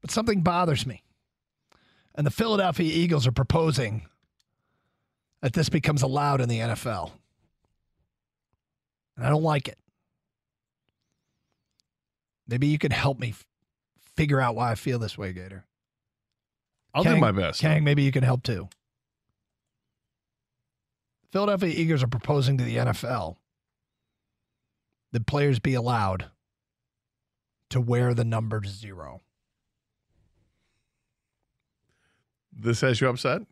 But something bothers me. And the Philadelphia Eagles are proposing that this becomes allowed in the NFL. And I don't like it. Maybe you could help me f- figure out why I feel this way, Gator. I'll do Kang- my best. Kang, maybe you can help too. Philadelphia Eagles are proposing to the NFL that players be allowed to wear the number zero. This has you upset?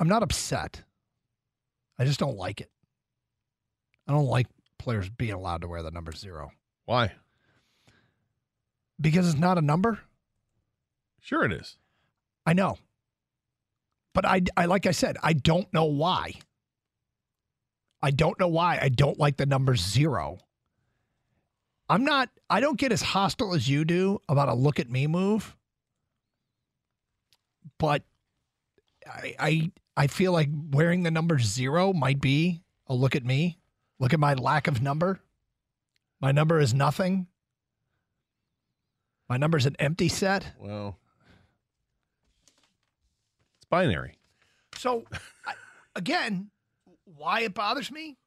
I'm not upset. I just don't like it. I don't like players being allowed to wear the number zero Why? because it's not a number. Sure, it is. I know. But I, I like I said, I don't know why. I don't know why I don't like the number zero. I'm not, I don't get as hostile as you do about a look at me move. But I, I, I feel like wearing the number zero might be a look at me. Look at my lack of number. My number is nothing. My number's an empty set. Well, it's binary. So, I, again, why it bothers me,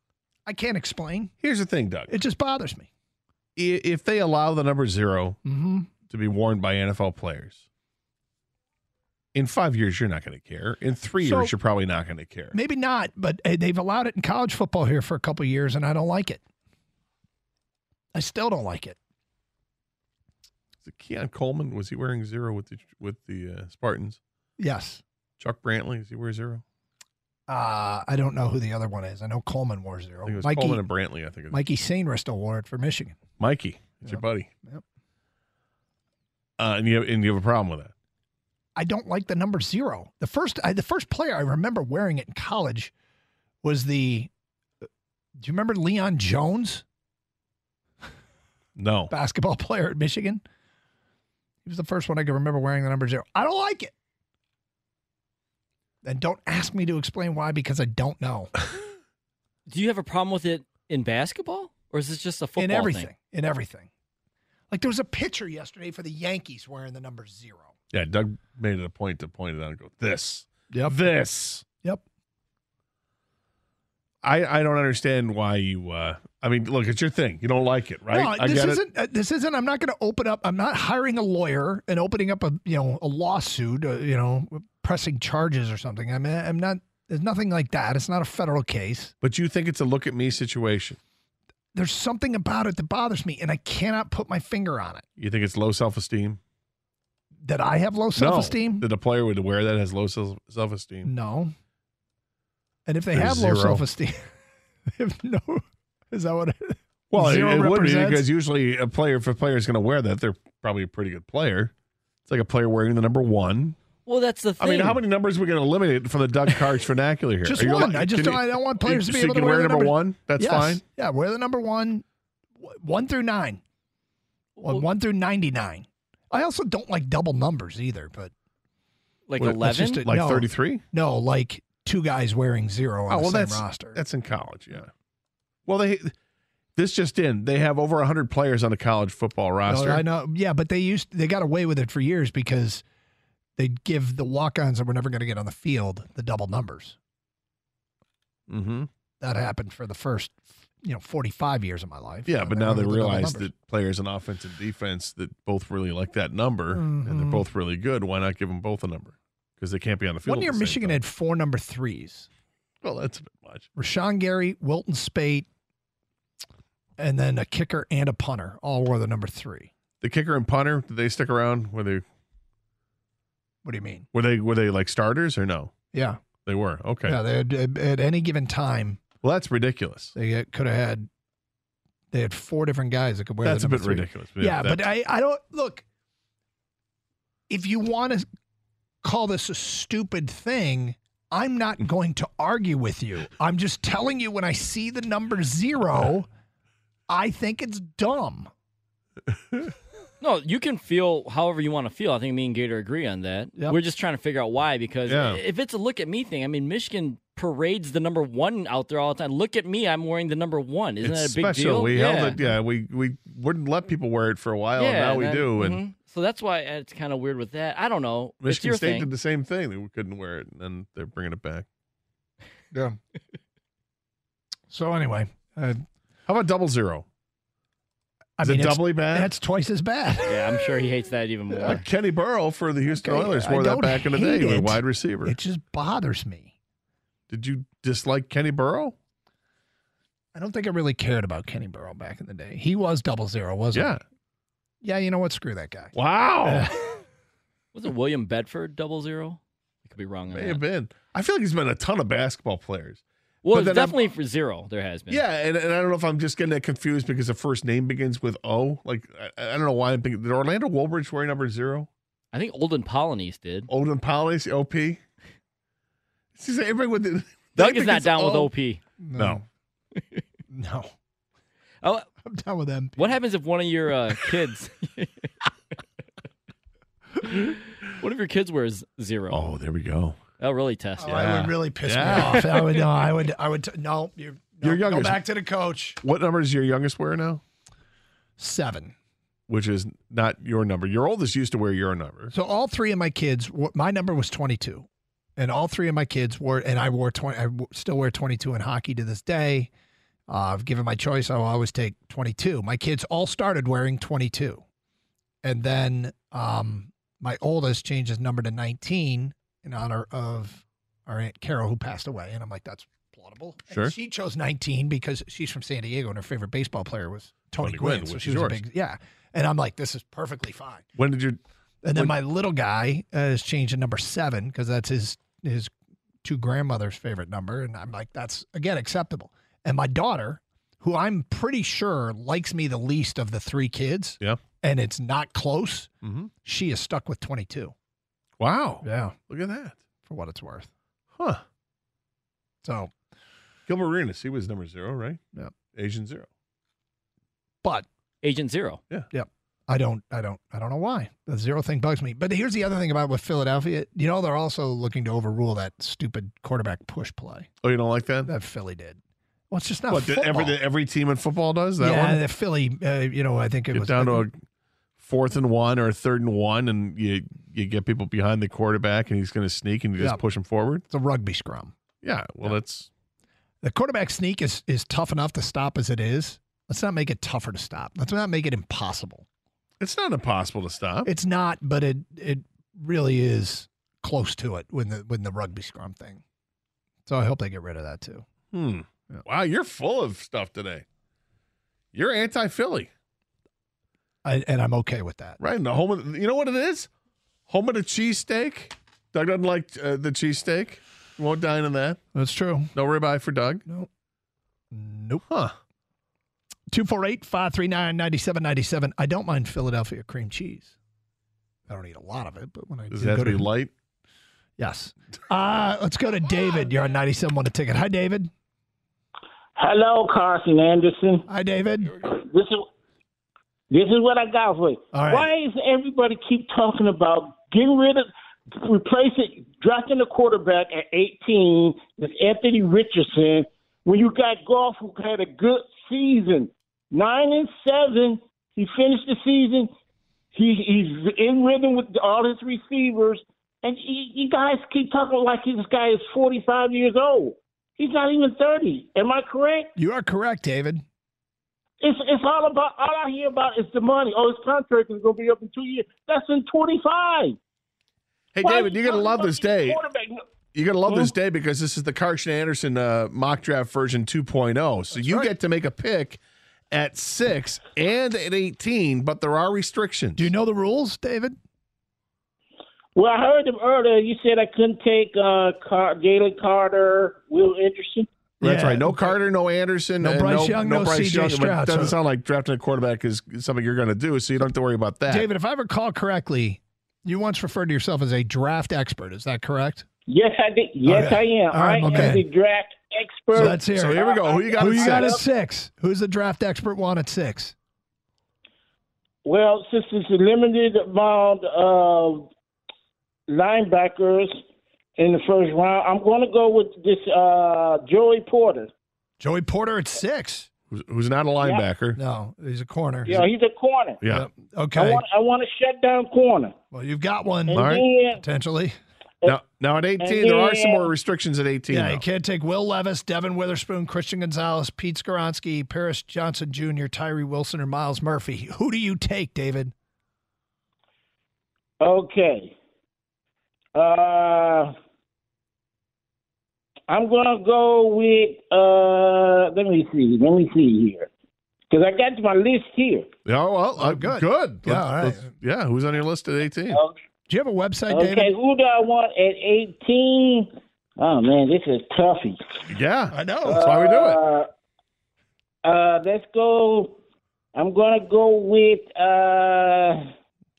I can't explain. Here's the thing, Doug. I- It just bothers me. If they allow the number zero Mm-hmm. to be worn by NFL players, in five years, you're not going to care. In three So- years, you're probably not going to care. Maybe not, but uh, they've allowed it in college football here for a couple years, and I don't like it. I still don't like it. Is it Keon Coleman? Was he wearing zero with the with the uh, Spartans? Yes. Chuck Brantley? Does he wear zero? Uh, I don't know who the other one is. I know Coleman wore I zero. think it was Mikey, Coleman and Brantley. I think it was Mikey Sainrist award for Michigan. Mikey. It's Yep. your buddy. Yep. Uh, and you have, and you have a problem with that? I don't like the number zero. The first, I, the first player I remember wearing it in college was the. Do you remember Leon Jones? No. basketball player at Michigan. He was the first one I can remember wearing the number zero. I don't like it. And don't ask me to explain why because I don't know. Do you have a problem with it in basketball, or is this just a football in everything, thing? in everything. Like there was a pitcher yesterday for the Yankees wearing the number zero. Yeah, Doug made it a point to point it out and go, this, Yep. this. Yep. I, I don't understand why you. Uh, I mean, look, it's your thing. You don't like it, right? No, I this get it. isn't. uh, This isn't. I'm not going to open up. I'm not hiring a lawyer and opening up a you know a lawsuit. Uh, you know, pressing charges or something. I mean, I'm not. There's nothing like that. It's not a federal case. But you think it's a look at me situation. there's something about it that bothers me and I cannot put my finger on it. You think it's low self esteem? That I have low self esteem? That a player would wear that has low self esteem. No. And if they There's have low zero. self esteem, they have no is that what it is? Well, it, Zero it would be represents- because usually a player, if a player is going to wear that, they're probably a pretty good player. It's like a player wearing the number one. Well, that's the thing. I mean, how many numbers are we going to eliminate from the Doug Cards vernacular here? Just Are you one. allo- I just can don't, you- I don't want players to be so able to you can wear, wear the number, one. That's Yes. fine. Yeah, wear the number one w- one through nine. Well, Well- one through ninety nine. I also don't like double numbers either, but like Wait, that's eleven? just a- Like No. 33? no, like two guys wearing zero on Oh, the well, same that's- roster. That's in college, yeah. Well, they this just in, they have over 100 players on the college football No, roster. Oh, I know. Yeah, but they used they got away with it for years because they'd give the walk-ons that were never going to get on the field the double numbers. Mm-hmm. That happened for the first, you know, forty-five years of my life. Yeah, And but now went they with the double realize numbers. that players in offense and defense that both really like that number and they're Mhm. both really good. Why not give them both a number? Because they can't be on the field. one at year the same Michigan time. had four number threes. Well, that's a bit much. Rashawn Gary, Wilton Spate, and then a kicker and a punter all wore the number three. The kicker and punter, did they stick around? Were they What do you mean? were they were they like starters or no? Yeah. They were. Okay. Yeah. They had, at any given time, Well, that's ridiculous. they could have had, they had four different guys that could wear That's the a number bit three. ridiculous. Yeah, but that- I, I don't look. If you want to call this a stupid thing, I'm not going to argue with you. I'm just telling you when I see the number zero, I think it's dumb. No, you can feel however you want to feel. I think me and Gator agree on that. Yep. We're just trying to figure out why because Yeah. if it's a look at me thing, I mean Michigan parades the number one out there all the time. Look at me, I'm wearing the number one. Isn't it's that a big special. deal? We held it. Yeah, we we wouldn't let people wear it for a while, and now we that- do. And mhm. so that's why it's kind of weird with that. I don't know. it's Michigan your State thing. did the same thing. They couldn't wear it, and then they're bringing it back. Yeah. So anyway, uh, How about double zero? I Is mean, it it's- doubly bad? that's twice as bad. yeah, I'm sure he hates that even more. Like Kenny Burrow for the Houston Okay, Oilers I wore that don't back in the day. hate He was a it. wide receiver. It just bothers me. Did you dislike Kenny Burrow? I don't think I really cared about Kenny Burrow back in the day. He was double zero, wasn't Yeah. he? Yeah, you know what? Screw that guy. Wow. Was it William Bedford double zero? I could be wrong. On May have that. been. I feel like he's been a ton of basketball players. Well, but it's then I'm- definitely for zero. There has been. Yeah, and, and I don't know if I'm just getting that confused because the first name begins with O. Like I, I don't know why I'm thinking. Did Orlando Woolbridge wear number zero? I think Olden Polonese did. Odin Polly's OP. See, so everybody with the, Doug they is think not it's down with O. OP. No. No. Oh, I'm done with them. what happens if one of your uh, kids? One of your kids wears zero. Oh, there we go. That'll really test Oh, you. I Yeah. would really piss Yeah. me off. I would no, I would I would t- no, you no, Your youngest- go back to the coach. What number is your youngest wear now? Seven. Which is not your number. Your oldest used to wear your number. So all three of my kids, wore- my number was 22. And all three of my kids wore, and I wore 20, I w- still wear 22 in hockey to this day. Uh, if given my choice, I will always take 22. My kids all started wearing 22. And then um, my oldest changed his number to 19 in honor of our Aunt Carol, who passed away. And I'm like, that's plaudable. And Sure. she chose 19 because she's from San Diego and her favorite baseball player was Tony, Tony Gwynn, Gwynn. so which she is was a yours. big, yeah. And I'm like, this is perfectly fine. When did your And then Would- my little guy uh, has changed to number seven because that's his his two grandmother's favorite number, and I'm like, that's again acceptable. And my daughter, who I'm pretty sure likes me the least of the three kids, Yeah. and it's not close. Mhm. She is stuck with 22. Wow. Yeah, Look at that. for what it's worth. Huh. So, Gilbert Arenas, he was number zero, right? Yeah. Asian zero. but Oh. Agent Zero. I don't, I don't, I don't know why the zero thing bugs me. But here's the other thing about with Philadelphia, you know, they're also looking to overrule that stupid quarterback push play Oh, you don't like that? that Philly did. Well, it's just not what did every football. that every team in football does that yeah, one? the Philly. Uh, you know, I think it Get was down to a fourth and one or a third and one, and you you get people behind the quarterback, and he's going to sneak, and you just Yeah. push him forward. it's a rugby scrum. Yeah. Well, that's The quarterback sneak is is tough enough to stop as it is. Let's not make it tougher to stop. Let's not make it impossible. it's not impossible to stop. It's not, but it it really is close to it when the when the rugby scrum thing. So I hope they get rid of that too. Hmm. Yeah. Wow, you're full of stuff today. You're anti Philly, I, and I'm okay with that. right? And the home of the, you know what it is? Home of the cheesesteak. Doug doesn't like uh, the cheesesteak. You won't dine on that. That's true. No ribeye for Doug. No. Nope. Huh. 248 539 9797. I don't mind Philadelphia cream cheese. I don't eat a lot of it, but when I Does do it have go to be to light? Yes. Uh, let's go to David. You're on 97 on the ticket. Hi, David. Hello, Carson Anderson. Hi, David. This is this is what I got for you. All right. Why is everybody keep talking about getting rid of, replace it, dropping the quarterback at 18 with Anthony Richardson when you got golf who had a good season, nine and seven. He finished the season. He, he's in rhythm with all his receivers, and you, you guys keep talking like this guy is 45 years old. He's not even 30. Am I correct? You are correct, David. It's it's all about all I hear about is the money. Oh, his contract is going to be up in two years. That's in twenty five. Hey, David, you're going to love this day. Quarterback? You're going to love this day because this is the Carson Anderson uh, mock draft version 2.0. So you get to make a pick at six and at 18, but there are restrictions. Do you know the rules, David? Well, I heard him earlier. You said I couldn't take uh, Car- Galen Carter, Will Anderson. That's Yeah. right. No Carter, no Anderson, No and Bryce Young, no CJ But Stroud, It doesn't so- sound like drafting a quarterback is something you're going to do, so you don't have to worry about that. David, if I recall correctly, you once referred to yourself as a draft expert. Is that correct? Yes, I did. Yes, Okay. I am. All right, I okay. am the draft expert. So let's hear so it. here we go. Who you got? Who at you got at six? six? Who's the draft expert one at six? Well, since it's a limited amount of linebackers in the first round, I'm going to go with this uh, Joey Porter. Joey Porter at six. Who's- Who's not a linebacker? No, he's a corner. Yeah, he's a corner. Yeah. Yep. I Okay. want I want to shut down corner. Well, you've got one And All right. then, potentially. Now, now at 18, there are some Yeah. more restrictions at 18. Yeah, though. you can't take Will Levis, Devin Witherspoon, Christian Gonzalez, Pete Skoronsky, Paris Johnson Jr., Tyree Wilson, or Miles Murphy. Who do you take, David? okay. Uh, I'm going to go with, uh, let me see, let me see here. Because I got my list here. Yeah, well, uh, Oh, good. good. Yeah, Let's- all right. let's- yeah, who's on your list at 18? Okay. Do you have a website, Okay, David? who do I want at 18? Oh, man, this is toughy. Yeah, I know. that's why we do it. Uh, uh, let's go. I'm going to go with. Uh,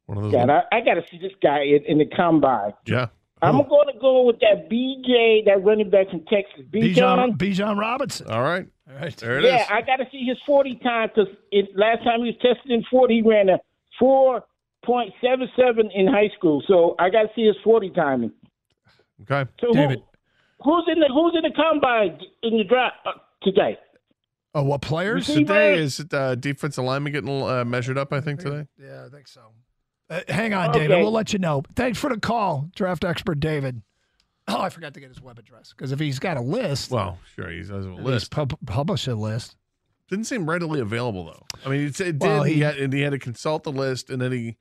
One of those. God, I, I got to see this guy in, in the combine. yeah. I'm going to go with that BJ, that running back from Texas. Bijan Bijan. Bijan Robinson. All right. All right. There it is. Yeah, I got to see his 40 time because last time he was tested in 40, he ran a 4.77 in high school. So I got to see his 40 timing. okay. So who- David. who's in the who's in the combine in the draft uh, today? Oh, what players? Receiver? Today is it, uh, defensive lineman getting uh, measured up, I think, today. Yeah, I think so. Uh, hang on, Okay. David. We'll let you know. Thanks for the call, draft expert David. Oh, I forgot to get his web address because if he's got a list, Well, sure, he has a and he's list. pub- publish a list. Didn't seem readily available though. I mean, it, it did. Well, he, he- had, and he had to consult the list, and then he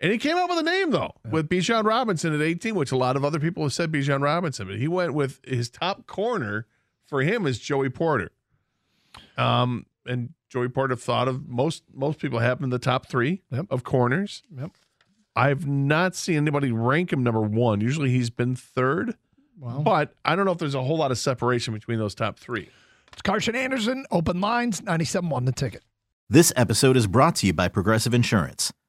and he came up with a name though with Bijan Robinson at 18, which a lot of other people have said Bijan Robinson, but he went with his top corner for him is Joey Porter. Um, and Joey Porter thought of most most people have him in the top three Yep. of corners. Yep. I've not seen anybody rank him number one. Usually he's been third, Well, but I don't know if there's a whole lot of separation between those top three. it's Carson Anderson, open lines, 97 won the ticket. This episode is brought to you by Progressive Insurance.